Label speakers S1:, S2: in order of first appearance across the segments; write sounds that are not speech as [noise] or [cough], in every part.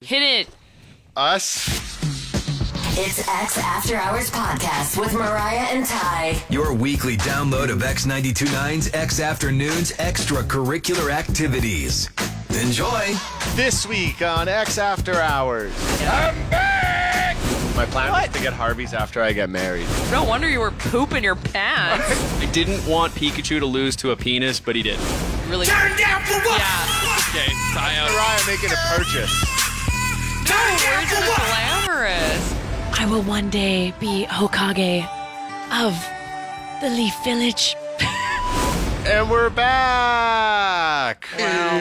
S1: Hit it.
S2: Us?
S3: It's X After Hours Podcast with Mariah and Ty.
S4: Your weekly download of X929's X Afternoon's extracurricular activities. Enjoy!
S2: This week on X After Hours. I'm back! My plan was to get Harvey's after I get married.
S1: No wonder you were pooping your
S2: [laughs]
S1: pants.
S5: I didn't want Pikachu to lose to a penis, but he did.
S1: Really?
S6: down for what?
S1: Yeah.
S5: Okay, sigh out.
S2: Mariah making a purchase.
S1: No, words are glamorous.
S7: I will one day be Hokage of the Leaf Village.
S2: And we're back!
S1: Wow.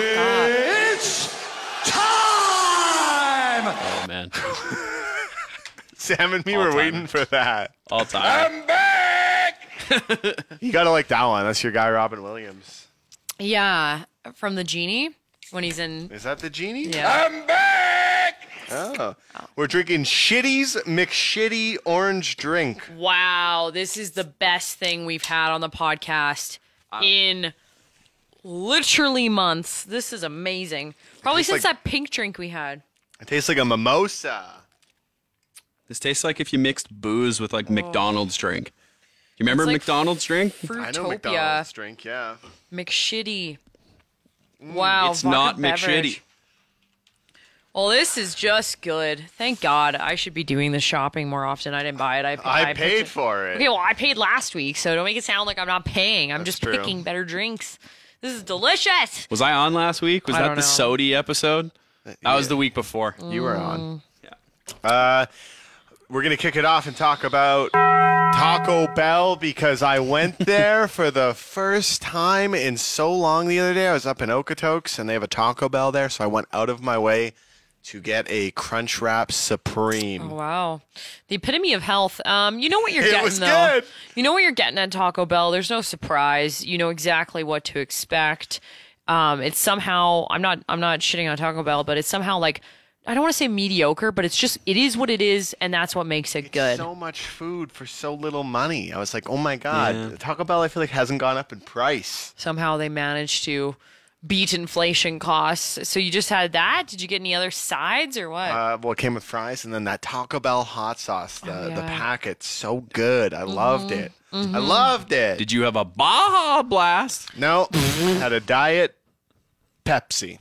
S2: It's time!
S5: Oh, man.
S2: Sam and me
S5: All
S2: were
S5: time.
S2: waiting for that.
S5: All time.
S2: You gotta like that one. That's your guy, Robin Williams.
S1: Yeah, from the genie when he's in.
S2: Is that the genie?
S1: Yeah.
S2: I'm back! Oh. We're drinking Shitty's McShitty orange drink.
S1: Wow, this is the best thing we've had on the podcast
S2: Uh,
S1: in literally months. This is amazing. Probably
S2: It's
S1: since that
S2: like-
S1: pink drink we had.
S2: It tastes like a mimosa.
S5: This tastes like if you mixed booze with like McDonald's drink. You remember
S1: Oh. like
S5: McDonald's drink?
S1: Fruitopia.
S2: I know McDonald's drink, yeah.
S1: McShitty.
S2: Mm,
S1: Wow,
S5: It's
S1: vodka
S5: not
S1: beverage.
S5: McShitty.
S1: Well, this is just good. Thank God. I should be doing the shopping more often. I didn't buy it. I,
S2: I,
S1: picked
S2: paid
S1: it.
S2: for it.
S1: Okay, well, I paid last week, so don't make it sound like I'm not paying. I'm
S2: That's
S1: just
S2: true.
S1: picking better drinks. This is delicious.
S5: Was I on last week? Was
S1: I
S5: that
S1: don't
S5: the
S1: know. Mm.
S5: Sody episode? That was the week before.
S2: You were on. Yeah. Uh, we're gonna kick it off and talk about Taco Bell because I went there for the first time in so long the other day. I was up in Okotoks and they have a Taco Bell there, so I went out of my way to get a Crunch Wrap Supreme.
S1: Oh, Wow, the epitome of health. Um, you know what you're
S2: It
S1: getting
S2: was
S1: though.
S2: good.
S1: You know what you're getting at Taco Bell. There's no surprise. You know exactly what to expect. Um, it's somehow I'm not I'm not shitting on Taco Bell, but it's somehow like I don't want to say mediocre, but it's just it is what it is, and that's what makes it good.
S2: So much food for so little money. I was like, oh my god, Taco Bell. I feel like hasn't gone up in price.
S1: Somehow they managed to beat inflation costs. So you just had that. Did you get any other sides or what?
S2: Uh, well, it came with fries, and then that Taco Bell hot sauce, the, the
S1: Oh, yeah. Mm-hmm.
S2: packet, so good. I loved it. I loved it.
S5: Did you have a Baja Blast?
S2: No, had a diet Pepsi.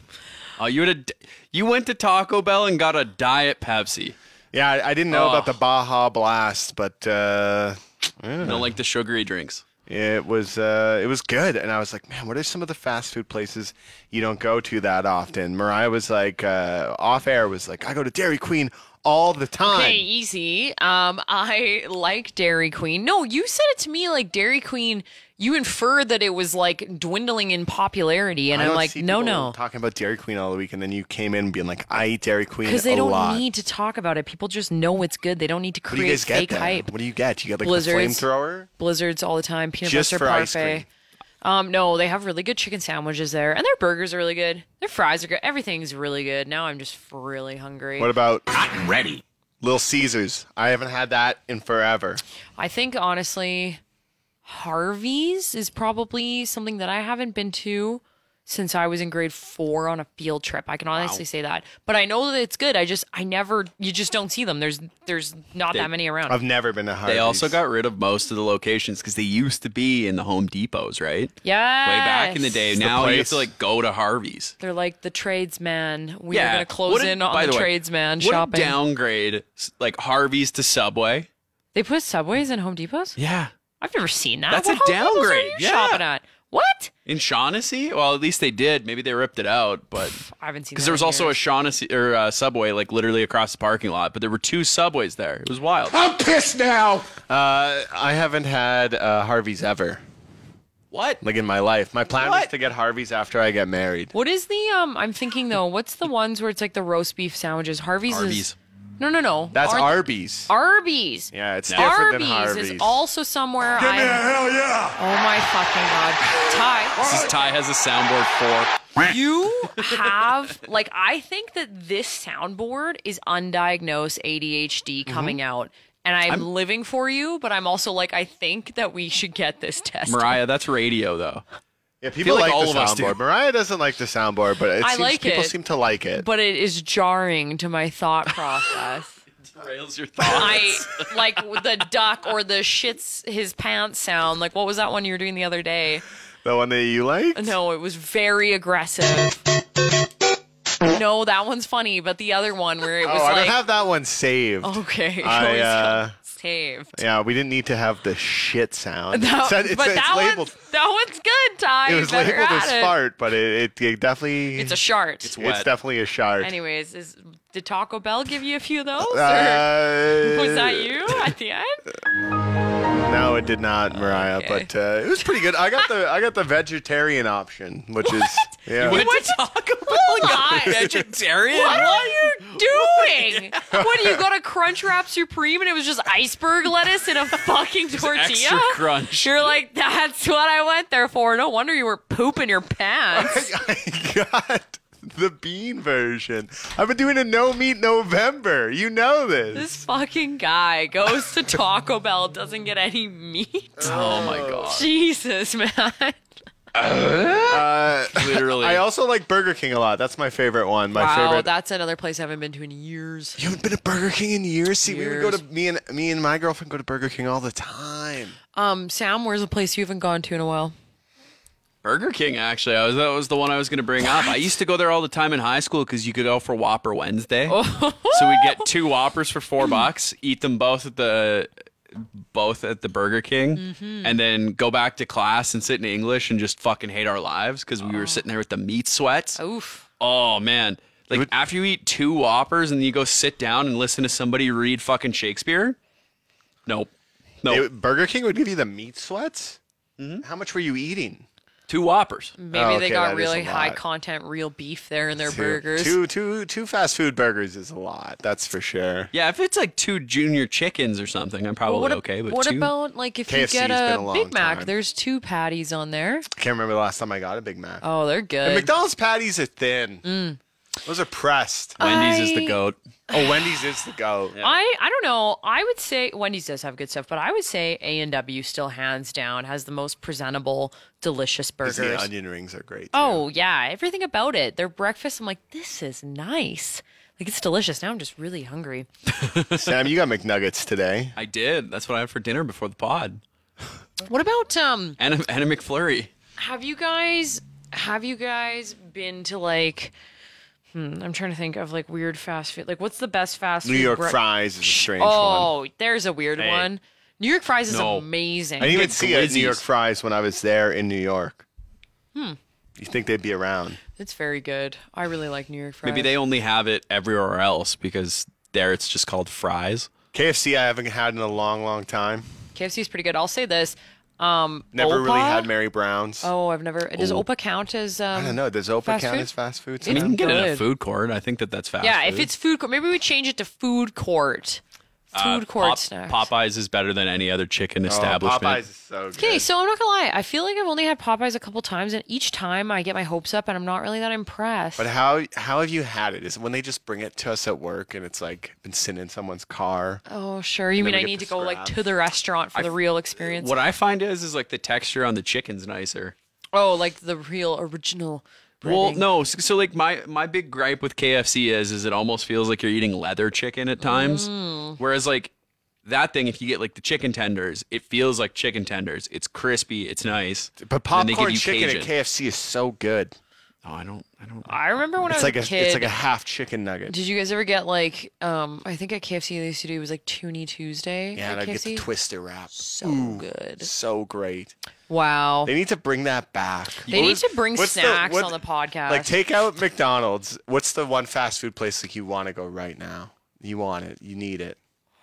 S5: Oh, you had a, d- you went to Taco Bell and got a Diet Pepsi.
S2: Yeah, I, I didn't know about
S5: Oh.
S2: the Baja Blast, but uh,
S5: You know, like the sugary drinks.
S2: it was uh, it was good. And I was like, man, what are some of the fast food places you don't go to that often? Mariah was like, uh, off air was like, I go to Dairy Queen all the time.
S1: Okay, easy. Um, I like Dairy Queen. No, you said it to me like Dairy Queen. You inferred that it was like dwindling in popularity, and
S2: I
S1: I'm
S2: don't
S1: like,
S2: see
S1: no,
S2: people
S1: no,
S2: Talking about Dairy Queen all the week, and then you came in being like, I eat Dairy Queen
S1: because they
S2: a
S1: don't
S2: lot.
S1: need to talk about it. People just know it's good. They don't need to
S2: what do you
S1: create
S2: guys get?
S1: fake
S2: There?
S1: hype.
S2: What do you get? You get like
S1: Blizzards.
S2: the flamethrower.
S1: Blizzards all the time. Peanut
S2: Just
S1: butter
S2: for
S1: parfait.
S2: ice cream.
S1: Um, no, they have really good chicken sandwiches there, and their burgers are really good. Their fries are good. Everything's really good. Now I'm just really hungry.
S2: What about not ready? Little Caesars. I haven't had that in forever.
S1: I think honestly, Harvey's is probably something that I haven't been to since I was in grade four on a field trip. I can honestly say that. But I know that it's good. I just I never you just don't see them. There's there's not that many around.
S2: I've never been to Harvey's.
S5: They also got rid of most of the locations because they used to be in the Home Depots, right?
S1: yeah.
S5: Way back in the day.
S2: the
S5: now you
S2: place.
S5: have to like go to Harvey's.
S1: They're like the tradesman. We are
S5: yeah.
S1: gonna close
S5: What a-
S1: in on
S5: by
S1: the,
S5: way,
S1: tradesman
S5: what a
S1: shopping.
S5: downgrade s- like Harvey's to Subway.
S1: they put subways in Home Depots?
S5: Yeah.
S1: I've never seen that.
S5: That's
S1: What
S5: a
S1: Home Depots are
S5: downgrade.
S1: you
S5: Yeah.
S1: shopping at? What?
S5: In Shaughnessy? Well, at least they did. Maybe they ripped it out, but
S1: I haven't seen
S5: because
S1: that
S5: there was
S1: in
S5: also a
S1: years.
S5: Shaughnessy or uh, Subway like literally across the parking lot, but there were two Subways there. It was wild.
S2: Uh, I haven't had uh, Harvey's ever.
S5: What?
S2: Like in my life, my plan was
S5: What?
S2: to get Harvey's after I get married.
S1: What is the um? I'm thinking though. What's the ones where it's like the roast beef sandwiches? Harvey's.
S5: Arby's.
S1: Is, no, no, no.
S2: That's
S1: Aren't-
S2: Arby's.
S1: Arby's.
S2: yeah, it's different
S1: Arby's
S2: than Harvey's.
S1: is also somewhere. I,
S2: hell yeah!
S1: oh my fucking god, Ty.
S5: This is Ty has a soundboard for.
S1: You have like I think that this soundboard is undiagnosed ADHD
S2: Mm-hmm.
S1: coming out, and I'm, living for you. But I'm also like I think that we should get this test.
S5: Mariah, that's radio though.
S2: Yeah, people
S5: like
S2: like,
S5: all
S2: the
S5: of us do.
S2: soundboard. Mariah doesn't like the soundboard, but it
S1: I
S2: seems
S1: like
S2: people
S1: it.
S2: seem to like it.
S1: But it is jarring to my thought process.
S5: Rails your thought.
S1: I
S2: [laughs]
S1: like the duck or the shits his pants sound. Like what was that one you were doing the other day?
S2: the one that you like?
S1: No, it was very aggressive. No, that one's funny, but the other one where it
S2: Oh,
S1: was
S2: I
S1: like
S2: don't have that one
S1: [laughs]
S2: saved.
S1: okay, [laughs]
S2: I,
S1: always
S2: uh,
S1: got saved.
S2: Yeah, we didn't need to have the shit
S1: [laughs]
S2: sound.
S1: That-
S2: It said- it
S1: but
S2: said- it's
S1: that
S2: labeled.
S1: one's that one's good, Ty.
S2: it
S1: You
S2: was
S1: better
S2: labeled
S1: at
S2: as
S1: it.
S2: fart, but it, it, it definitely
S1: It's a shart.
S2: it's
S5: wet.
S2: definitely a shard.
S1: Anyways, is, did Taco Bell give you a few of those? or [laughs]
S2: Uh,
S1: was that you at the end?
S2: No, it did not, Mariah.
S1: Okay.
S2: But uh, it was pretty good. I got the I got the vegetarian option, which is yeah.
S1: What Taco Bell
S5: Vegetarian?
S1: What are
S5: [laughs]
S1: you doing? What you got a crunch wrap supreme and it was just iceberg lettuce
S5: [laughs]
S1: in a fucking tortilla?
S5: extra crunch.
S1: You're like, that's what I went there for. No wonder you were pooping your
S5: [laughs]
S1: pants.
S2: [laughs] I got the bean version. I've been doing a no meat November. You know this.
S1: this fucking guy goes to Taco Bell, doesn't get any meat.
S5: Oh my god.
S1: Jesus, man.
S5: Literally.
S2: Uh, [laughs] I also like Burger King a lot. That's my favorite one. My
S1: wow,
S2: favorite.
S1: that's another place I haven't been to in years.
S2: you haven't been to Burger King in years. See, we would go
S1: Years.
S2: to me and me and my girlfriend go to Burger King all the time.
S1: Um, Sam, where's a place you haven't gone to in a while?
S5: Burger King, actually. I was, that was the one I was going to bring up. I used to go there all the time in high school because you could go for Whopper Wednesday. so we'd get two Whoppers for four bucks, eat them both at the both at the Burger King, and then go back to class and sit in English and just fucking hate our lives because we were sitting there with the meat sweats.
S1: Oof.
S5: Oh man. Like after you eat two Whoppers and you go sit down and listen to somebody read fucking Shakespeare? Nope. Nope.
S2: It- Burger King would give you the meat sweats.
S5: Mm-hmm.
S2: How much were you eating?
S5: two Whoppers.
S1: Maybe
S2: Oh,
S1: they
S2: okay,
S1: got
S2: that is
S1: really
S2: a
S1: high
S2: lot.
S1: content real beef there in their
S2: Two-
S1: burgers.
S2: Two, two, two fast food burgers is a lot. That's for sure.
S5: Yeah, if it's like two junior chickens or something, I'm probably
S1: what ab-
S5: Oh, okay. But
S1: what
S5: two,
S1: about like if
S2: KFC
S1: you get
S2: has been
S1: a,
S2: a long
S1: Big Mac?
S2: time.
S1: There's two patties on there.
S2: Can't remember the last time I got a Big Mac.
S1: Oh, they're good. Mm.
S2: And McDonald's patties are thin. Those are pressed.
S5: Wendy's is
S1: I-
S5: the goat.
S2: oh, Wendy's is the go.
S1: I I don't know. I would say Wendy's does have good stuff, but I would say A and W still hands down has the most presentable, delicious
S2: The
S1: burgers.
S2: onion rings are great. too.
S1: Oh yeah, everything about it. Their breakfast, I'm like, this is nice. Like it's delicious. Now I'm just really hungry.
S2: Sam, you got McNuggets today.
S5: I did. That's what I had for dinner before the pod.
S1: What about um?
S5: Anna, Anna McFlurry.
S1: Have you guys have you guys been to like? Hmm, I'm trying to think of like weird fast food. Like, what's the best fast
S2: New
S1: food?
S2: York
S1: bre-
S2: fries is a strange one.
S1: Oh, there's a weird one. New York fries is
S5: No.
S1: amazing.
S2: I didn't even
S5: get
S2: see a
S5: glizzies.
S2: New York fries when I was there in New York. Hmm. You think they'd be around?
S1: it's very good. I really like New York fries.
S5: Maybe they only have it everywhere else because there it's just called fries.
S2: KFC, I haven't had in a long, long time.
S1: KFC's pretty good. I'll say this. Um,
S2: Never really
S1: Opa-
S2: had Mary Brown's.
S1: Oh, I've never. Does Opa count as? Um,
S2: I don't know. Does Opa
S1: fast
S2: count
S1: food?
S2: as fast food?
S5: I mean, you
S2: Sam?
S5: can get it at a
S1: Good.
S5: food court. I think that that's fast.
S1: yeah,
S5: food.
S1: if it's food court, maybe we change it to food court. Food
S5: Uh,
S1: court
S5: Pop-
S1: snacks.
S5: Popeyes is better than any other chicken
S2: Oh,
S5: establishment.
S2: Popeyes is so good.
S1: Okay, so I'm not gonna lie. I feel like I've only had Popeyes a couple times, and each time I get my hopes up, and I'm not really that impressed.
S2: But how how have you had it? Is it when they just bring it to us at work and it's like been sitting in someone's car?
S1: oh, sure. You
S2: then
S1: mean
S2: we
S1: I
S2: get
S1: need
S2: the
S1: to go like
S2: scraps.
S1: to the restaurant for the real experience?
S5: What I find is is like the texture on the chicken's nicer.
S1: oh, like the real original.
S5: Well,
S1: breading.
S5: no. So, so like my my big gripe with KFC is is it almost feels like you're eating leather chicken at times. Whereas like that thing, if you get like the chicken tenders, it feels like chicken tenders. It's crispy. It's nice.
S2: But
S5: And then they give
S2: popcorn
S5: you
S2: chicken
S5: Cajun.
S2: at KFC is so good.
S5: Oh, I don't. I don't.
S1: I remember when
S2: It's
S1: I was
S2: like a,
S1: a kid.
S2: it's like a half chicken nugget.
S1: Did you guys ever get like um I think at KFC they used to do was like Toonie Tuesday?
S2: yeah,
S1: at
S2: and I get
S1: KFC?
S2: the twister wrap.
S1: So Oh, good.
S2: So great.
S1: Wow.
S2: They need to bring that back.
S1: They need to bring
S2: What's the-
S1: snacks
S2: what-
S1: on the podcast.
S2: Like take out McDonald's. What's the one fast food place like you want to go right now? You want it. You need it.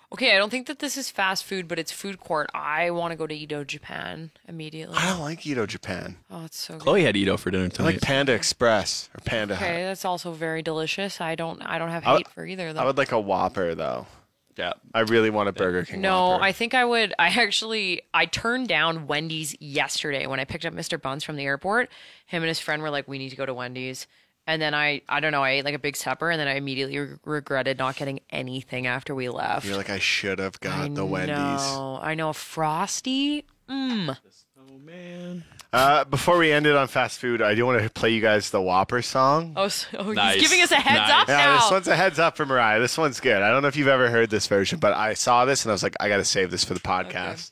S1: Okay, I don't think that this is fast food, but it's food court. I want to go to Edo, Japan immediately.
S2: I don't like Edo Japan.
S1: Oh, it's so good.
S5: Chloe had Edo for dinner
S2: I
S5: tonight.
S2: like Panda Express or Panda
S1: Okay,
S2: Hut.
S1: that's also very delicious. I don't I don't have
S2: I would-
S1: hate for either though.
S2: I would like a Whopper though.
S5: yeah.
S2: I really want a Burger King.
S1: No,
S2: Whopper.
S1: I think I would. I actually I turned down Wendy's yesterday when I picked up Mr. Buns from the airport. Him and his friend were like, "We need to go to Wendy's," and then I I don't know. I ate like a big supper, and then I immediately re- regretted not getting anything after we left.
S2: You're like I should have got
S1: I
S2: the Wendyes.
S1: know, I know. Frosty. Mm.
S2: Uh, before we end it on fast food, I do want to play you guys the Whopper song.
S1: Oh, so oh,
S5: Nice.
S1: he's giving us a heads
S5: Nice.
S1: up
S2: Yeah,
S1: now.
S2: this one's a heads up for Mariah. This one's good. I don't know if you've ever heard this version, but I saw this and I was like, I got to save this for the podcast.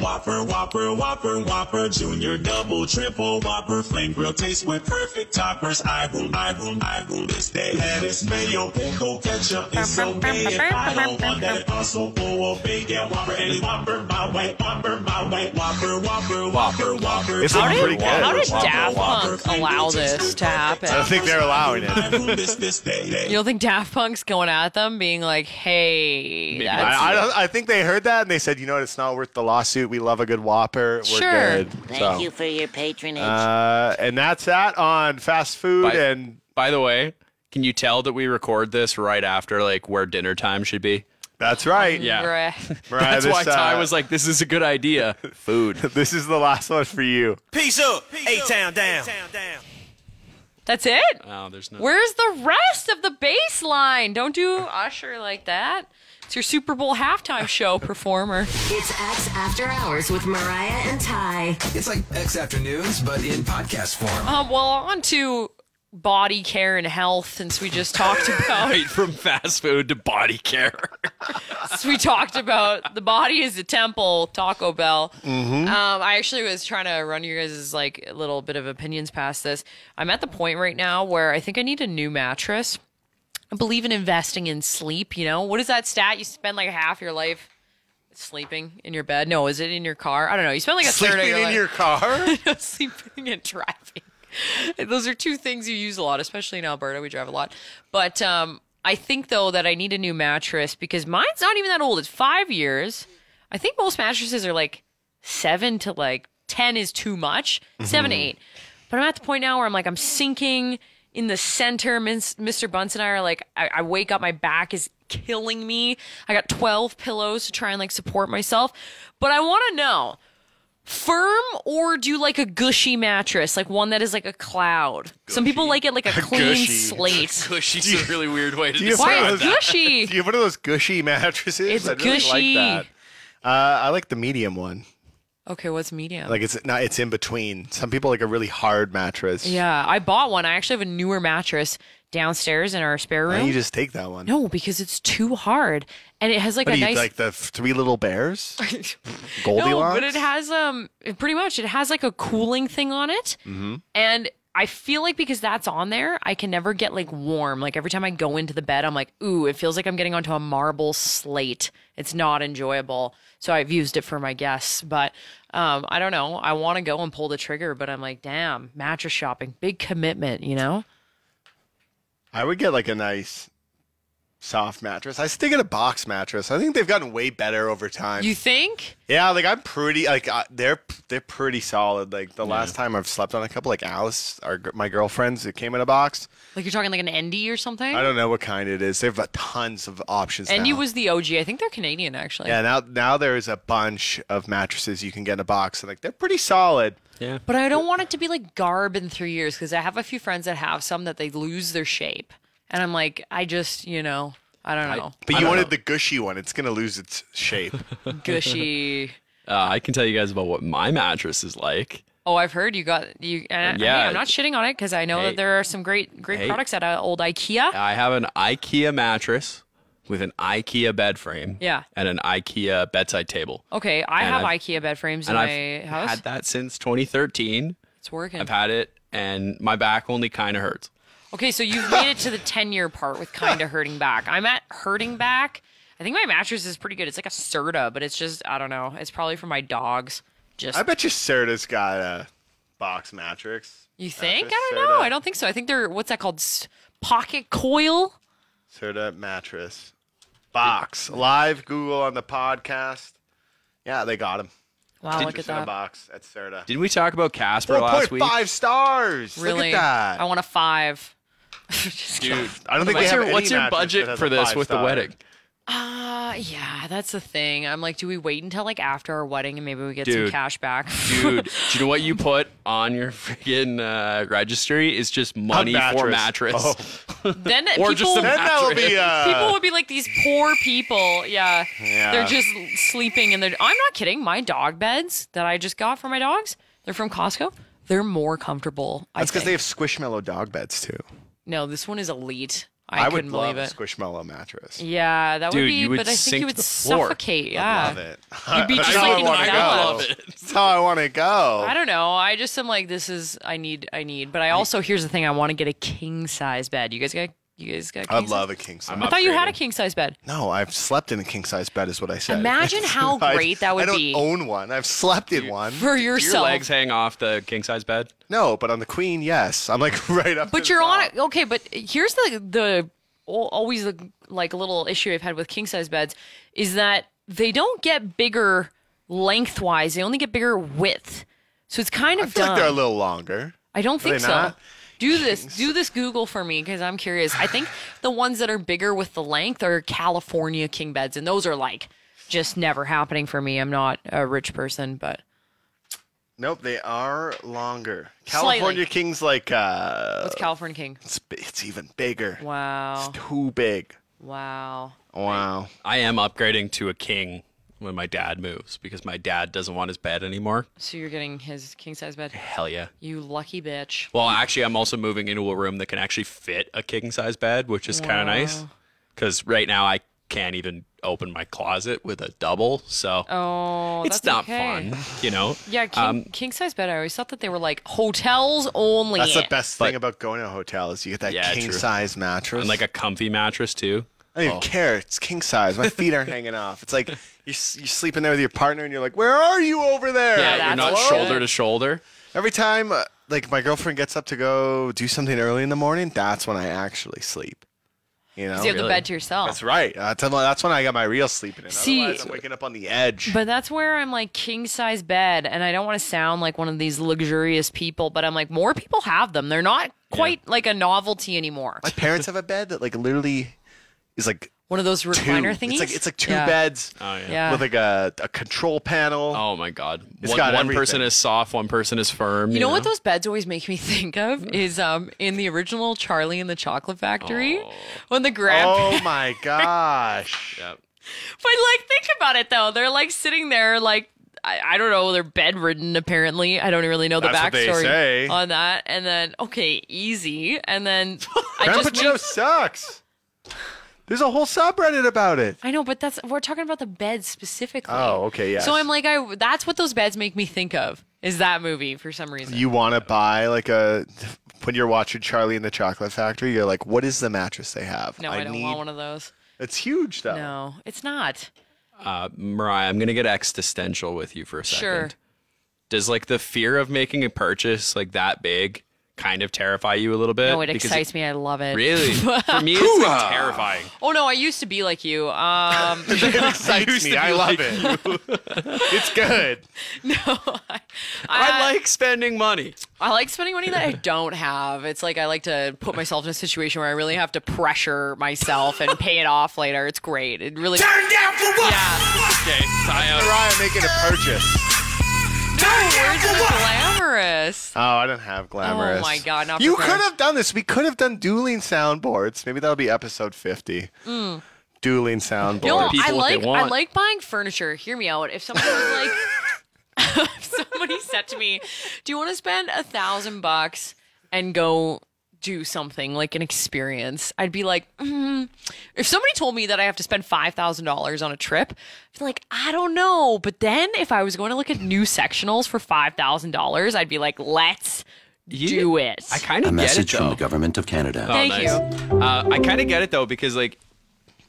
S6: Whopper, Whopper, Whopper, Whopper, Junior, Double, Triple, Whopper, Flame Grill taste with perfect toppers. I boom, I boom, I boom this day. Lettuce, mayo, pickle, ketchup, it's so big. and I don't want that also oh, full of bacon. Whopper, and it's Whopper, my way, Whopper, my way, Whopper, Whopper, Whopper, Whopper.
S2: It's
S1: how
S2: looking pretty
S1: did
S2: good.
S1: how did
S6: Whopper,
S1: Daft
S6: Whopper,
S1: Punk
S6: Flame Grill
S1: allow
S6: taste
S1: this
S6: with
S1: to
S6: perfect
S1: happen?
S2: I don't think they're allowing
S6: toppers.
S2: it.
S6: I boom this this day.
S1: You don't think Daft Punk's going at them, being like, "Hey, that's
S2: I, I, don't, I think they heard that and they said, you know what? It's not worth the lawsuit. We love a good Whopper. We're
S1: Sure.
S2: good.
S8: Thank
S2: So,
S8: you for your patronage.
S2: Uh, and that's that on fast food.
S5: Bye.
S2: And
S5: By the way, can you tell that we record this right after like where dinner time should be?
S2: that's
S1: [laughs]
S2: right.
S5: Yeah.
S2: [laughs]
S1: Bruh.
S2: Mariah,
S5: That's
S2: this,
S5: why Ty
S2: uh,
S5: was like, "This is a
S2: [laughs]
S5: good idea." Food.
S2: this is the last one for you.
S9: Peace up. A town down. down.
S1: That's it.
S5: Oh, there's no.
S1: Where's the rest of the bass line? Don't do Usher like that. It's your Super Bowl halftime show performer.
S3: It's X After Hours with Mariah and Ty.
S4: It's like X Afternoons, but in podcast form.
S1: Um, well, on to body care and health since we just talked
S2: [laughs]
S1: about
S5: Right from fast food to body care.
S1: since we talked about the body is a temple Taco Bell. Um,
S2: Mm-hmm.
S1: I actually was trying to run you guys like a little bit of opinions past this. I'm at the point right now where I think I need a new mattress. I believe in investing in sleep. You know, what is that stat? You spend like half your life sleeping in your bed. No, is it in your car? I don't know. You spend like a third of
S2: Sleeping
S1: your
S2: in
S1: life
S2: your car?
S1: [laughs] sleeping and driving. Those are two things you use a lot, especially in Alberta. We drive a lot. But um, I think, though, that I need a new mattress because mine's not even that old. It's five years. I think most mattresses are like seven to like 10 is too much, seven to
S2: Mm-hmm.
S1: eight. But I'm at the point now where I'm like, I'm sinking in the center. Min- Mr. Bunce and I are like, I, I wake up, my back is killing me. I got 12 pillows to try and like support myself. But I want to know firm or do you like a gushy mattress, like one that is like a cloud? Some people like it like a clean
S2: [laughs] gushy. [laughs]
S1: slate.
S5: Gushy's a really weird way to
S2: you
S5: describe
S1: Why
S2: prefer
S1: is
S2: that?
S1: gushy?
S2: [laughs] Do you have one of those gushy mattresses?
S1: It's
S2: I really
S1: gushy.
S2: like that. Uh, I like the medium one.
S1: Okay, what's medium?
S2: Like it's not. It's in between. Some people like a really hard mattress.
S1: yeah, Uh, I bought one. I actually have a newer mattress downstairs in our spare
S2: Why
S1: room.
S2: don't you just take that one?
S1: no, because it's too hard, and it has like
S2: What
S1: a
S2: do you
S1: nice.
S2: like the three
S1: [laughs]
S2: little bears? Goldilocks.
S1: no, but it has um it pretty much it has like a cooling thing on it,
S2: Mm-hmm.
S1: and I feel like because that's on there, I can never get like warm. Like every time I go into the bed, I'm like, ooh, it feels like I'm getting onto a marble slate. It's not enjoyable. So I've used it for my guests, but um, I don't know. I want to go and pull the trigger, but I'm like, damn, mattress shopping, big commitment, you know?
S2: I would get like a nice soft mattress. I stick at a box mattress. I think they've gotten way better over time.
S1: You think?
S2: yeah, like I'm pretty like uh, they're they're pretty solid. Like the last time I've slept on a couple, like Alice, our gr- my girlfriends, it came in a box.
S1: Like you're talking like an Endy or something?
S2: I don't know what kind it is. They've got tons of options.
S1: Endy
S2: now.
S1: was the OG. I think they're Canadian actually.
S2: yeah. Now now there is a bunch of mattresses you can get in a box, and like they're pretty solid.
S1: But I don't want it to be like garb in three years because I have a few friends that have some that they lose their shape, and I'm like, I just, you know, I don't
S5: [laughs]
S1: know,
S2: But you wanted the gushy one. It's gonna lose its [laughs] shape.
S1: gushy.
S5: Uh, I can tell you guys about what my mattress is like.
S1: Oh, I've heard you got you. And yeah, I
S5: Yeah.
S1: mean, I'm not shitting on it because I know
S5: Hey.
S1: that there are some great, great
S5: Hey.
S1: products at uh, old IKEA.
S5: I have an IKEA mattress with an IKEA bed frame.
S1: Yeah.
S5: And an IKEA bedside table.
S1: okay, I have
S5: I've-
S1: IKEA bed frames in
S5: And
S1: my
S5: I've
S1: house.
S5: had that since 2013.
S1: it's working.
S5: I've had it, and my back only kind of hurts.
S1: Okay, so you've made it to the 10 year part with kind of hurting back. I'm at hurting back. I think my mattress is pretty good. It's like a Serta, but it's just, I don't know. It's probably for my dogs. Just
S2: I bet you Serta's got a box mattress.
S1: You think?
S2: mattress,
S1: I don't know.
S2: Serta.
S1: I don't think so. I think they're what's that called? S- pocket coil.
S2: Serta mattress. box live. Google on the podcast. Yeah, they got him.
S1: Wow, look at
S2: In a
S1: that.
S2: box at Serta.
S5: Didn't we talk about Casper
S2: Four
S5: last
S2: point
S5: week?
S2: five stars. Look
S1: Really?
S2: at that.
S1: I want a five. [laughs] Just kidding.
S5: Dude,
S2: I don't think they
S5: what's
S2: have
S5: your,
S2: any
S5: what's your
S2: matches that
S5: budget
S2: has
S5: for
S2: a
S5: this
S2: five
S5: with the
S2: star.
S5: wedding?
S1: Uh, yeah, that's the thing. I'm like, do we wait until like after our wedding and maybe we get some
S5: Dude.
S1: cash back?
S5: [laughs]
S1: [laughs]
S5: [laughs] Dude, do you know what you put on your freaking uh, registry? It's just money for mattress.
S2: Oh.
S1: then
S5: Or
S1: people,
S5: just a
S1: [laughs]
S2: Then that will be.
S5: Mattress.
S2: Uh,
S1: people would be like these poor people. Yeah.
S2: Yeah.
S1: They're just sleeping in their. I'm not kidding. My dog beds that I just got for my dogs, they're from Costco. They're more comfortable.
S2: that's
S1: I
S2: because
S1: think.
S2: they have squishmallow dog beds too.
S1: No, this one is elite. I,
S2: I, would
S1: couldn't
S2: love
S1: believe it.
S2: a squishmallow mattress.
S1: Yeah, that would
S5: Dude,
S1: be.
S5: you would
S1: but I think
S5: sink
S1: you
S5: to
S1: would
S5: the floor.
S1: suffocate. Yeah.
S2: Love it.
S1: You'd
S2: [laughs]
S1: be just
S2: how
S1: like
S2: I
S1: in
S2: wanna
S1: Nutella.
S2: go.
S1: Love
S2: [laughs] That's how I want to go.
S1: I don't know. I just am like, this is I need, I need. But I also here's the thing: I want to get a king size bed. You guys got, you guys got.
S2: I
S1: king
S2: love
S1: size?
S2: a king size.
S1: I thought you had a king size bed.
S2: No, I've slept in a king size bed, is what I said. [laughs]
S1: Imagine how
S2: I-
S1: great that would
S2: I don't
S1: be
S2: own one. I've slept in one.
S1: for
S5: Do Your
S1: yourself.
S5: legs hang off the king size bed.
S2: No, but on the queen, yes. I'm like [laughs] right up. to
S1: but
S2: the
S1: you're on
S2: top.
S1: it. Okay, but here's the the al- always the like little issue I've had with king size beds is that they don't get bigger lengthwise; they only get bigger width. So it's kind
S2: I
S1: of
S2: feel
S1: dumb.
S2: like they're a little longer.
S1: I don't
S2: Are they
S1: think so.
S2: not?
S1: Do this. Do this Google for me because I'm curious. I think the ones that are bigger with the length are California king beds, and those are like just never happening for me. I'm not a rich person, but
S2: Nope, they are longer.
S1: Slightly.
S2: California king's like uh,
S1: what's California king?
S2: it's, b- it's even bigger.
S1: Wow,
S2: Too big.
S1: wow.
S2: Wow.
S5: I am upgrading to a king when my dad moves because my dad doesn't want his bed anymore.
S1: So you're getting his king size bed.
S5: Hell yeah.
S1: You lucky bitch.
S5: Well, actually, I'm also moving into a room that can actually fit a king size bed, which is kind of nice. Because right now I can't even open my closet with a double, so
S1: Oh,
S5: it's
S1: that's
S5: not
S1: okay.
S5: fun, Um, you know.
S1: Yeah, king, king size bed. I always thought that they were like hotels only.
S2: That's the best
S5: But-
S2: thing about going to a hotel is you get that
S5: Yeah, true.
S2: king size mattress.
S5: and like a comfy mattress too.
S2: I don't
S5: Oh.
S2: even care. It's king size. My feet aren't hanging off. It's like [laughs] you're, s- you're sleeping there with your partner, and you're like, "Where are you over there?"
S5: Yeah,
S1: that's
S5: you're not
S1: good.
S5: shoulder to shoulder.
S2: Every time, uh, like my girlfriend gets up to go do something early in the morning, that's when I actually sleep. You know,
S1: So you have the
S5: Really?
S1: bed to yourself.
S2: that's right. Uh, That's when- that's when I got my real sleeping in.
S1: See-
S2: Otherwise, I'm waking up on the edge.
S1: But that's where I'm like king size bed, and I don't want to sound like one of these luxurious people, but I'm like more people have them. They're not quite like a novelty anymore.
S2: my parents have a bed that like literally is like
S1: One of those
S2: two.
S1: recliner thingies.
S2: It's like it's like two
S1: Yeah.
S2: beds
S5: Oh yeah.
S1: Yeah.
S2: with like a, a control panel.
S5: Oh my god.
S2: It's
S5: one
S2: got
S5: one person
S2: everything.
S5: is soft, one person is firm. You,
S1: You know what those beds always make me [laughs] think of is um in the original Charlie and the Chocolate Factory when the grandpa.
S2: Oh
S5: [laughs]
S2: my gosh.
S5: Yep.
S1: But like think about it though, they're like sitting there like. I, I don't know. They're bedridden, apparently. I don't really know the
S2: That's what they
S1: backstory
S2: say.
S1: on that. And then, okay, easy. And
S2: [laughs]
S1: then I
S2: Grandpa
S1: just
S2: Joe
S1: make-
S2: sucks. There's a whole subreddit about it.
S1: I know, but that's we're talking about the beds specifically.
S2: Oh, okay, yes.
S1: So I'm like, I that's what those beds make me think of is that movie for some reason.
S2: You want to buy like a when you're watching Charlie and the Chocolate Factory, you're like, what is the mattress they have?
S1: no, I, don't want one of those.
S2: It's huge though.
S1: No, it's not.
S5: Uh, Mariah, I'm gonna get existential with you for a second.
S1: Sure.
S5: Does like the fear of making a purchase like that big kind of terrify you a little bit?
S1: No, it
S5: Because
S1: excites me. I love it. [laughs]
S5: Really? For me, it's like terrifying.
S1: Oh no, I used to be like you.
S2: [laughs]
S1: Um,
S2: [laughs] It excites me. I love it. [laughs] it's good.
S1: I, Uh,
S5: I like spending money.
S1: I like spending money
S9: [laughs]
S1: that I don't have. It's like I like to put myself in a situation where I really have to pressure myself and pay it off later. It's great. It really.
S9: Turn down for what?
S1: Yeah.
S5: Okay, Zion.
S2: Mariah making a purchase.
S9: Turn down
S1: Where's
S9: for
S1: the
S9: what?
S1: glamorous?
S2: Oh, I don't have glamorous.
S1: Oh my god! Not
S2: You
S1: prepared.
S2: could have done this. We could have done dueling soundboards. Maybe that'll be episode 50.
S1: Mm.
S2: Dueling soundboards.
S1: No,
S5: people
S1: I
S5: what they
S1: like I
S5: want.
S1: like buying furniture. Hear me out. If somebody was like,
S5: [laughs]
S1: [laughs] if somebody said to me, "Do you want to spend a thousand bucks and go do something like an experience?" I'd be like, mm. if somebody told me that I have to spend five thousand dollars on a trip, I'd be like, I don't know. But then if I was going to look at new sectionals for five thousand dollars, I'd be like, let's do it.
S5: I kind
S4: A
S5: of get
S4: message
S5: it
S4: from
S5: though.
S4: the government of Canada.
S5: Oh,
S1: Thank
S5: nice. Uh, I kind of get it though because like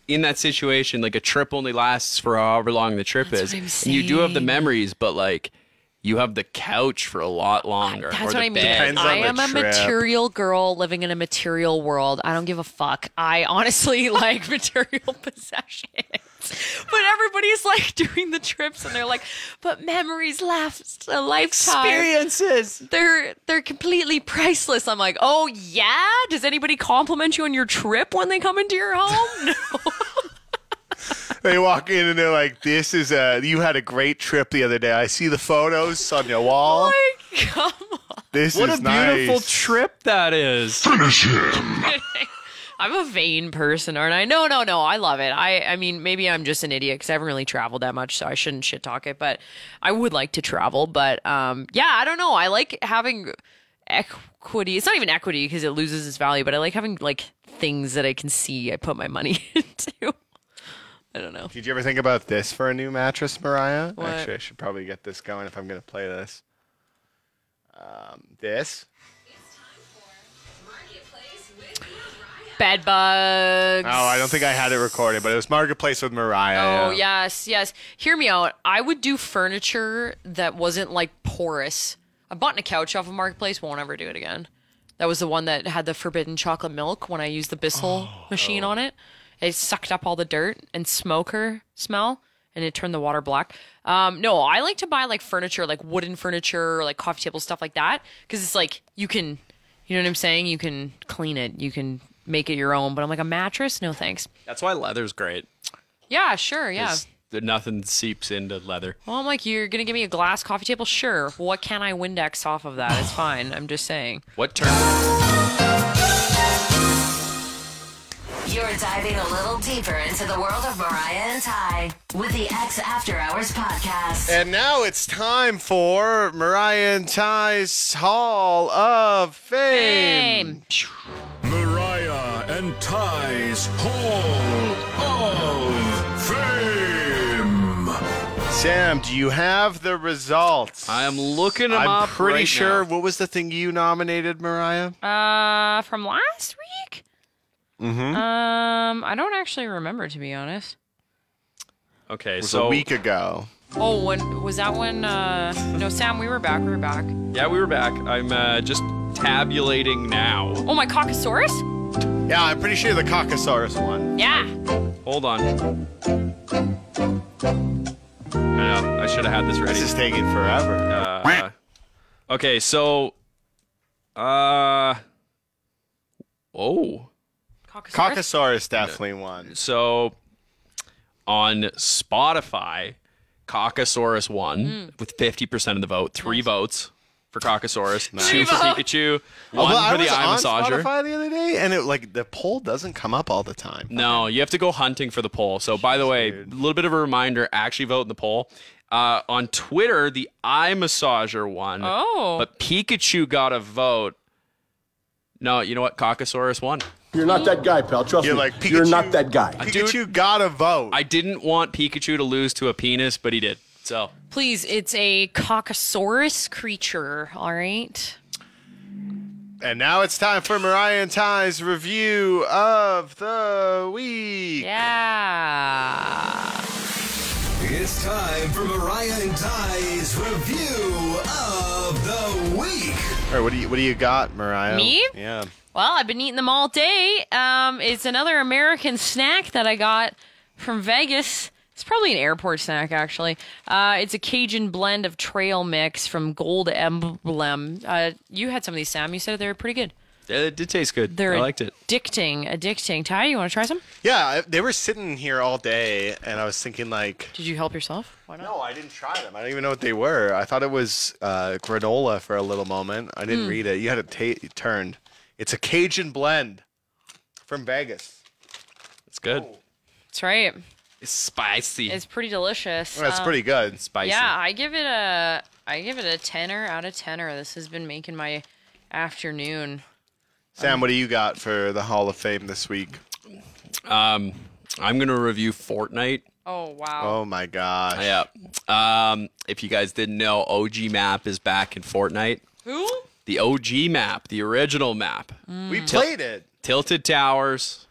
S5: in that situation, like a trip only lasts for however long the trip
S1: That's what
S5: is.
S1: I'm
S5: And you do have the
S1: saying.
S5: memories, but like you have the couch for a lot longer.
S1: That's
S5: or
S1: what
S5: the
S1: I mean.
S5: bed.
S2: Depends on
S1: I
S2: the
S1: am a
S2: trip.
S1: material girl living in a material world. I don't give a fuck. I honestly [laughs] like material [laughs] possessions. But everybody's like [laughs] doing the trips and they're like, but memories last a lifetime.
S5: Experiences.
S1: They're they're completely priceless. I'm like, oh yeah? Does anybody compliment you on your trip when they come into your home? [laughs] No.
S2: They walk in and they're like, "This is a you had a great trip the other day. I see the photos on your
S1: [laughs]
S2: wall.
S1: Come on.
S2: this
S5: What
S2: is
S5: a beautiful
S2: nice.
S5: trip that is.
S1: I'm a vain person, aren't I? No, no, no. I love it. I, I mean, maybe I'm just an idiot because I haven't really traveled that much, so I shouldn't shit talk it. But I would like to travel. But um, yeah, I don't know. I like having equity. It's not even equity because it loses its value. But I like having like things that I can see. I put my money [laughs] into. I don't know.
S2: Did you ever think about this for a new mattress, Mariah?
S1: What?
S2: Actually, I should probably get this going if I'm going to play this. Um, this.
S1: Bed bugs.
S2: Oh, I don't think I had it recorded, but it was Marketplace with
S1: Oh,
S2: Mariah.
S1: yes, yes. Hear me out. I would do furniture that wasn't like porous. I bought a couch off of Marketplace, won't ever do it again. That was the one that had the forbidden chocolate milk when I used the Bissell machine on it. It sucked up all the dirt and smoker smell and it turned the water black. Um, no, I like to buy like furniture, like wooden furniture, or, like coffee table stuff like that, because it's like you can, you know what I'm saying? You can clean it, you can make it your own. But I'm like a mattress, no thanks.
S5: That's why leather's great.
S1: Yeah, sure, yeah.
S5: 'cause th- Nothing seeps into leather.
S1: Well, I'm like, you're gonna give me a glass coffee table? Sure. What can I Windex off of that? It's fine. I'm just saying.
S5: What term?
S3: You're diving a little deeper into the world of Mariah and Ty with the X After Hours podcast.
S2: And now it's time for Mariah and Ty's Hall of Fame.
S1: Hey,
S9: Mariah and Ty's Hall of Fame.
S2: Sam, do you have the results?
S5: I am looking 'em
S2: I'm
S5: up
S2: pretty
S5: right
S2: sure.
S5: now.
S2: What was the thing you nominated, Mariah?
S1: uh, from last week. Mm-hmm. Um, I don't actually remember to be honest.
S5: Okay,
S2: it was
S5: so
S2: a week ago.
S1: Oh, when was that? When? Uh, no, Sam, we were back. We were back.
S5: yeah, we were back. I'm uh, just tabulating now.
S1: Oh, my Caucasaurus?
S2: Yeah, I'm pretty sure the Caucasaurus one.
S1: Yeah.
S5: Hold on. I know. I should have had this ready.
S2: This is taking forever.
S5: Uh, okay, so, uh, oh,
S1: Caucasaurus.
S2: Caucasaurus definitely won.
S5: so on Spotify, Caucasaurus won
S1: Mm.
S5: with fifty percent of the vote. Three votes for Caucasaurus, two for Pikachu, one
S2: Although I
S5: for the
S2: was
S5: eye
S2: on
S5: massager.
S2: Spotify the other day, and it like the poll doesn't come up all the time.
S5: No, you have to go hunting for the poll. So, by the way, a little bit of a reminder: actually vote in the poll. Uh, on Twitter, the eye massager won.
S1: Oh.
S5: but Pikachu got a vote. No, you know what? Caucasaurus won.
S8: You're not that guy, pal. Trust
S2: You're
S8: me.
S2: like,
S8: You're
S2: Pikachu-
S8: not that guy.
S2: Pikachu got a vote.
S5: I didn't want Pikachu to lose to a penis, but he did. So
S1: Please, it's a Caucasaurus creature. All right.
S2: and now it's time for Mariah and Ty's review of the week.
S1: Yeah.
S4: It's time for Mariah and Ty's review of the week.
S2: All right, what do you what do you got, Mariah?
S1: Me?
S2: Yeah.
S1: Well, I've been eating them all day. Um, it's another American snack that I got from Vegas. It's probably an airport snack, actually. Uh, it's a Cajun blend of trail mix from Gold Emblem. Uh, you had some of these, Sam. You said they were pretty good.
S5: it did taste good.
S1: They're
S5: I liked it.
S1: addicting, addicting. Ty, you want to try some?
S2: Yeah, I- they were sitting here all day, and I was thinking like,
S1: Did you help yourself? Why not?
S2: no, I didn't try them. I don't even know what they were. I thought it was uh, granola for a little moment. I didn't read it. You had it ta- turned. It's a Cajun blend from Vegas.
S5: It's good.
S1: That's right.
S5: It's spicy.
S1: It's pretty delicious.
S2: That's
S1: Um,
S2: pretty good.
S5: spicy.
S1: Yeah, I give it a I give it a tenner out of tenner. This has been making my afternoon.
S2: Sam, what do you got for the Hall of Fame this week?
S5: Um, I'm gonna review Fortnite.
S1: Oh wow.
S2: Oh my gosh.
S5: Yeah. Um, if you guys didn't know, OG map is back in Fortnite.
S1: Who?
S5: The OG map, the original map,
S2: We played it.
S5: Tilted Towers.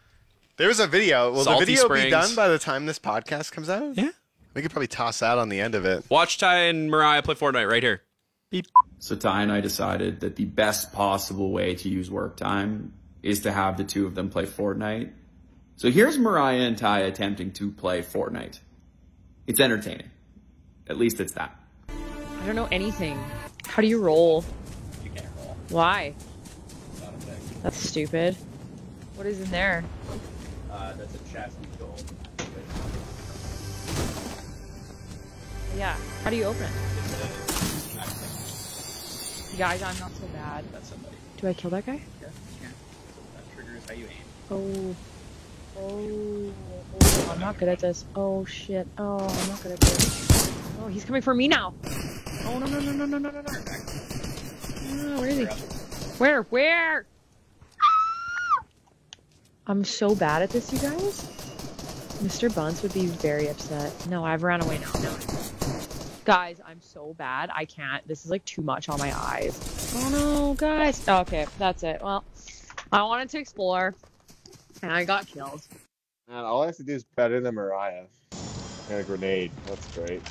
S2: There was a video. Will
S5: Salty
S2: the video
S5: Springs.
S2: be done by the time this podcast comes out?
S5: Yeah.
S2: We could probably toss that on the end of it.
S5: Watch Ty and Mariah play Fortnite right here.
S8: So Ty and I decided that the best possible way to use work time is to have the two of them play Fortnite. So here's Mariah and Ty attempting to play Fortnite. It's entertaining. At least it's that.
S1: I don't know anything. How do you roll? Why?
S10: That's stupid. What is in there?
S11: Uh, that's a chest and goal.
S10: Yeah. How do you open it? Yeah, I got not so bad.
S11: That's somebody.
S10: Do I kill that guy?
S11: That triggers how you aim.
S10: Oh. Oh. oh, I'm not good at this. Oh shit. Oh, I'm not good at this. Oh, he's coming for me now. Oh no no no no no no no no. Ah, where is he? Where? Where? Ah! I'm so bad at this, you guys. Mr. Bunce would be very upset. No, I've run away now. No. Guys, I'm so bad. I can't. This is like too much on my eyes. Oh no, guys. Okay, that's it. Well, I wanted to explore, and I got killed.
S12: Man, all I have to do is better than Mariah. And a grenade. That's great.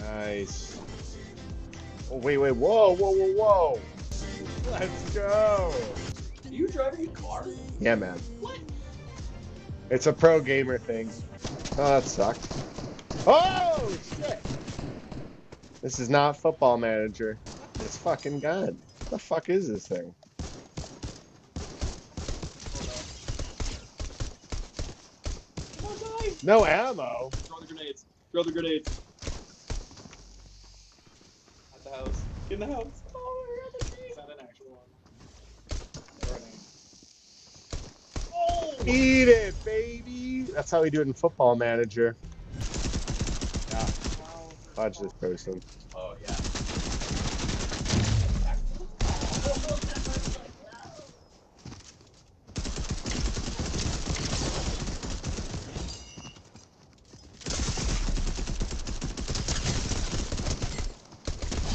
S12: Nice. Oh wait, wait, whoa, whoa, whoa, whoa! Let's go.
S11: Are you driving a car?
S12: Yeah, man.
S11: What?
S12: It's a pro gamer thing. Oh, that sucked. Oh shit! This is not Football Manager. It's fucking God. What the fuck is this thing? No ammo.
S11: Throw the grenades. Throw the grenades. At the house. In the house. Oh, we're at the tree. Is that an actual one?
S12: Eat it, baby. That's how we do it in Football Manager. Yeah. Fudge this person.
S11: Oh yeah.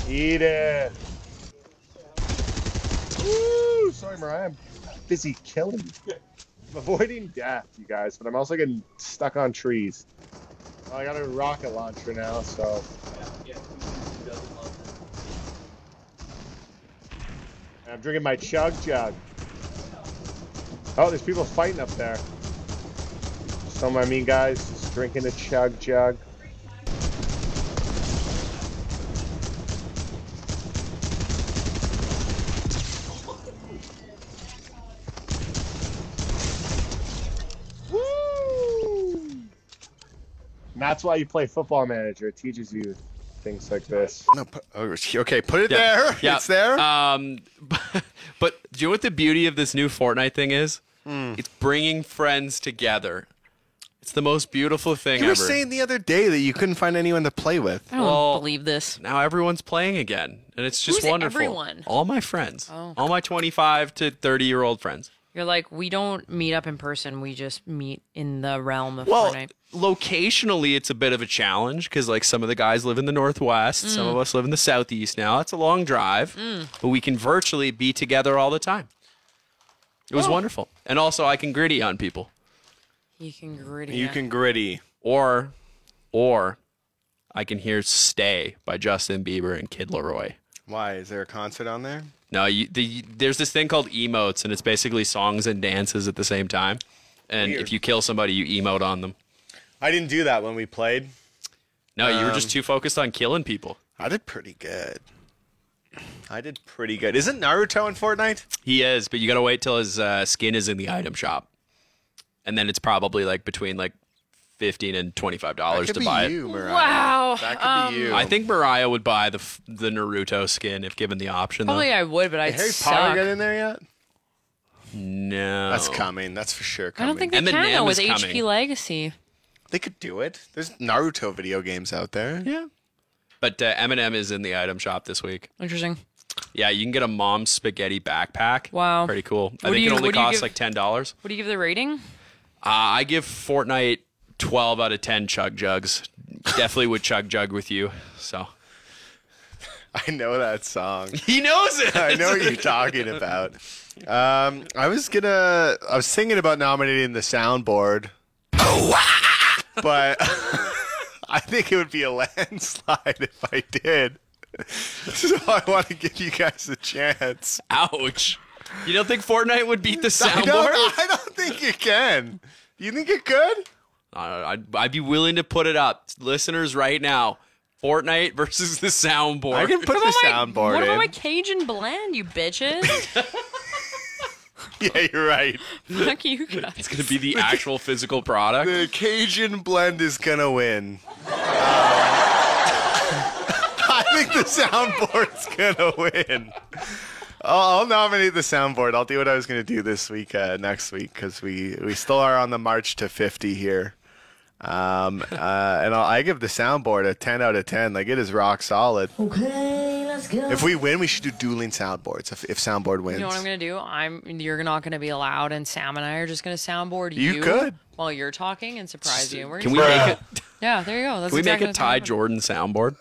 S12: Eat it. Woo! Sorry, Mariah. I'm busy killing. I'm avoiding death, you guys, but I'm also getting stuck on trees. Well, I got a rocket launcher now, so. And I'm drinking my chug jug. Oh, there's people fighting up there. Some of my mean guys just drinking a chug jug. And that's why you play Football Manager. It teaches you things like this.
S2: No, pu- oh, okay, put it
S5: Yeah.
S2: there.
S5: Yeah.
S2: It's there.
S5: Um, [laughs] but do you know what the beauty of this new Fortnite thing is? It's bringing friends together. It's the most beautiful thing
S2: you were
S5: ever.
S2: saying the other day that you couldn't find anyone to play with.
S1: I don't
S5: Well,
S1: believe this.
S5: now everyone's playing again, and it's just
S1: Who's
S5: wonderful.
S1: everyone?
S5: All my friends.
S1: Oh.
S5: All my 25 to 30 year old friends.
S1: You're like, we don't meet up in person. We just meet in the realm of
S5: Well,
S1: Fortnite.
S5: locationally, it's a bit of a challenge because, like, some of the guys live in the Northwest, some
S1: Mm.
S5: of us live in the Southeast now. That's a long drive,
S1: Mm.
S5: but we can virtually be together all the time. It was wonderful. And also, I can gritty on people.
S1: You can gritty.
S5: You
S1: it.
S5: can gritty. Or, or I can hear Stay by Justin Bieber and Kid Leroy.
S2: Why? Is there a concert on there?
S5: No, you, the, there's this thing called emotes, and it's basically songs and dances at the same time. And
S2: Weird.
S5: if you kill somebody, you emote on them.
S2: I didn't do that when we played.
S5: No, you were
S2: Um,
S5: just too focused on killing people.
S2: I did pretty good. I did pretty good. Isn't Naruto in Fortnite?
S5: He is, but you gotta wait till his uh, skin is in the item shop, and then it's probably like between like fifteen and twenty five dollars
S2: That
S5: to
S2: could
S5: buy
S2: be you,
S5: it.
S2: Mariah.
S1: Wow,
S2: That could
S1: um,
S2: be you.
S5: I think Mariah would buy the f- the Naruto skin if given the option.
S1: Probably I would, but
S2: Did
S1: I'd
S2: Harry
S1: suck.
S2: Potter got in there yet?
S5: though. no,
S2: That's coming. That's for sure.
S1: I
S2: Coming.
S1: don't think they can though with HP Legacy.
S2: They could do it. There's Naruto video games out there.
S5: Yeah. But uh, Eminem is in the item shop this week.
S1: Interesting.
S5: Yeah, you can get a mom's spaghetti backpack.
S1: Wow.
S5: pretty cool. I
S1: What do
S5: think
S1: you-
S5: it only
S1: what do you
S5: costs
S1: give-
S5: like ten dollars.
S1: What do you give the rating?
S5: Uh, I give Fortnite twelve out of ten chug jugs. Definitely would chug jug with you. So
S2: [laughs] I know that song.
S5: He knows it.
S2: I know what
S5: [laughs]
S2: you're talking about. Um, I was gonna. I was thinking about nominating the [laughs] soundboard, but [laughs] I think it would be a landslide if I did. [laughs] So I want to give you guys a chance.
S5: Ouch! You don't think Fortnite would beat the
S2: I
S5: soundboard?
S2: don't, I don't think you can. You think it could?
S5: I- Uh, I'd, I'd be willing to put it up, listeners, right now. Fortnite versus the soundboard.
S2: I can put What the about my- soundboard
S1: What
S2: [laughs]
S1: about my Cajun blend, you bitches?
S2: Yeah, you're right.
S1: Fuck you guys.
S5: It's gonna be the actual physical product.
S2: The Cajun blend is gonna win. Um, [laughs] I think the soundboard's gonna win. I'll, I'll nominate the soundboard. I'll do what I was gonna do this week, uh, next week, because we we still are on the march to 50 here. Um, uh, and I'll, I give the soundboard a 10 out of 10. Like it is rock solid.
S3: Okay, let's go.
S2: If we win, we should do dueling soundboards. If, if soundboard wins,
S1: You know what I'm gonna do? I'm you're not gonna be allowed, and Sam and I are just gonna soundboard
S2: You
S1: you,
S2: could.
S1: while you're talking and surprise you. We're
S5: Can we
S1: gonna-
S5: make it?
S1: Yeah, there you go. That's
S5: Can we make
S1: exactly
S5: a Ty Jordan soundboard?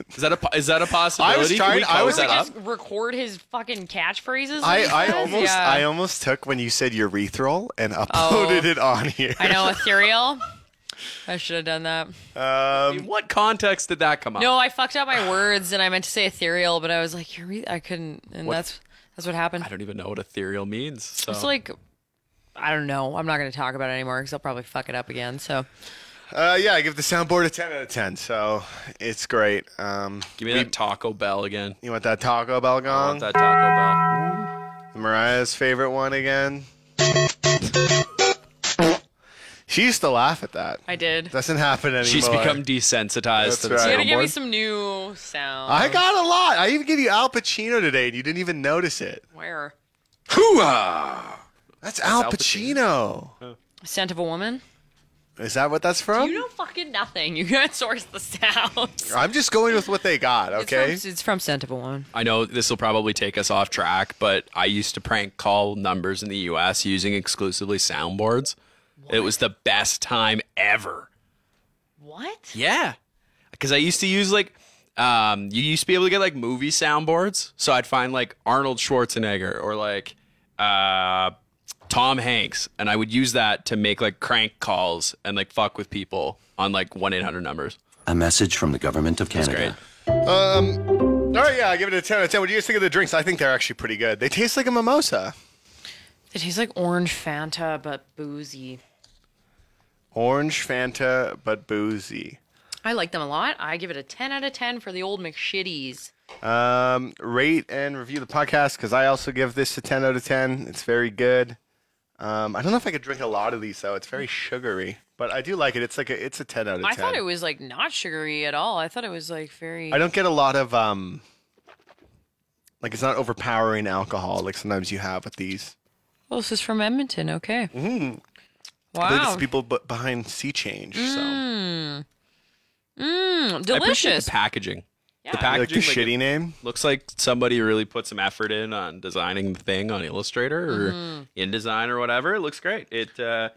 S5: [laughs] Is that a po- is that a possibility? Can
S2: trying-
S5: we
S2: I
S5: close
S2: was-
S5: that up?
S1: Just record his fucking catchphrases. that
S2: I,
S1: he
S2: I
S1: says?
S2: almost
S1: Yeah. Oh.
S2: I almost took when you said urethral and uploaded it on here.
S1: I know ethereal. I should have done that.
S2: Um,
S5: In what context did that come up?
S1: No, I fucked up my words, and I meant to say ethereal, but I was like, you're re- I couldn't, and
S5: What-
S1: that's that's what happened.
S5: I don't even know what ethereal means. So.
S1: It's like I don't know. I'm not gonna talk about it anymore because I'll probably fuck it up again. So
S2: Uh, yeah, I give the soundboard a 10 out of 10, so it's great. Um,
S5: Give me that Taco Bell again.
S2: You want that Taco Bell
S5: I
S2: gong?
S5: want that Taco Bell.
S2: Mariah's favorite one again. She used to laugh at that.
S1: I did.
S2: Doesn't happen anymore.
S5: She's become desensitized
S2: That's
S5: to the
S2: right.
S1: you gotta give me
S5: soundboard.
S1: some new sound.
S2: I got a lot. I even gave you Al Pacino today, and you didn't even notice it.
S1: where
S2: Hooah! That's, Al
S1: Al
S2: Pacino.
S1: scent of a woman.
S2: Is that what that's from?
S1: You know fucking nothing. You can't source the sounds.
S2: I'm just going with what they got, okay?
S1: It's from Scent of a Woman.
S5: I know this will probably take us off track, but I used to prank call numbers in the U.S. using exclusively soundboards. It was the best time ever.
S1: What?
S5: Yeah. Because I used to use like, um, you used to be able to get like movie soundboards. So I'd find like Arnold Schwarzenegger or like uh, Tom Hanks. And I would use that to make like crank calls and like fuck with people on like 1 800 numbers.
S13: A message from the government of Canada.
S2: Um, all right, yeah, I give it a 10 out of 10. What do you guys think of the drinks? I think they're actually pretty good. They taste like a mimosa.
S1: It tastes like orange Fanta, but boozy.
S2: Orange Fanta, but boozy.
S1: I like them a lot. I give it a 10 out of 10 for the old McShitties.
S2: Um, rate and review the podcast because I also give this a 10 out of 10. It's very good. Um, I don't know if I could drink a lot of these though. It's very sugary, but I do like it. It's like a, it's a 10 out of 10.
S1: I thought it was like not sugary at all. I thought it was like very.
S2: I don't get a lot of um, like it's not overpowering alcohol like sometimes you have with these.
S1: Oh, this is from Edmonton. Okay.
S5: Mm-hmm.
S2: Mm. I believe
S1: Wow.
S2: it's people b- behind Sea Change.
S1: Mmm. Mmm.
S5: I appreciate
S1: Delicious.
S5: the packaging. The
S2: Yeah. Like
S5: packaging,
S2: the shitty name.
S5: Looks like somebody really put some effort in on designing the thing on Illustrator or
S1: Mhm.
S2: Mm-hmm.
S5: InDesign or whatever. It looks great. It uh,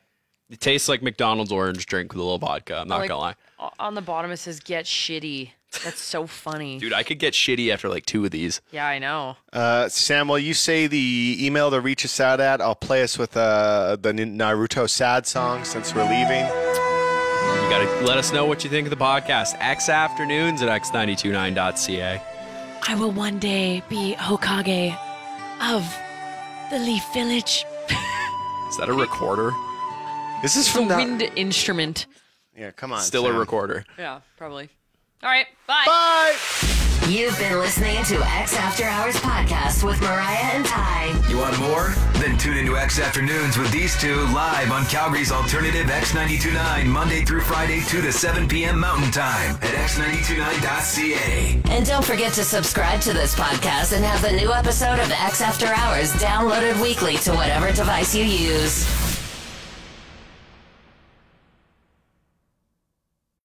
S5: it tastes like McDonald's orange drink with a little vodka. I'm not
S1: Like,
S5: gonna lie,
S1: o- On the bottom, it says get shitty. That's so funny.
S5: dude. I could get shitty after like two of these.
S1: Yeah, I know.
S2: Uh, Sam, while you say the email to reach us out at, I'll play us with uh, the Nin- Naruto sad song since we're leaving.
S5: You gotta let us know what you think of the podcast. X afternoons at x929.ca.
S7: I will one day be Hokage of the Leaf Village.
S5: Is that a recorder?
S2: This is
S1: The wind instrument.
S2: Yeah, come on.
S5: Still
S2: Sam.
S5: a recorder.
S1: Yeah, probably. All right. Bye.
S2: Bye.
S3: You've been listening to X After Hours Podcast with Mariah and Ty.
S4: You want more? Then tune into X Afternoons with these two live on Calgary's Alternative X929, Monday through Friday, 2 to 7 p.m. Mountain Time at x929.ca.
S3: And don't forget to subscribe to this podcast and have the new episode of X After Hours downloaded weekly to whatever device you use.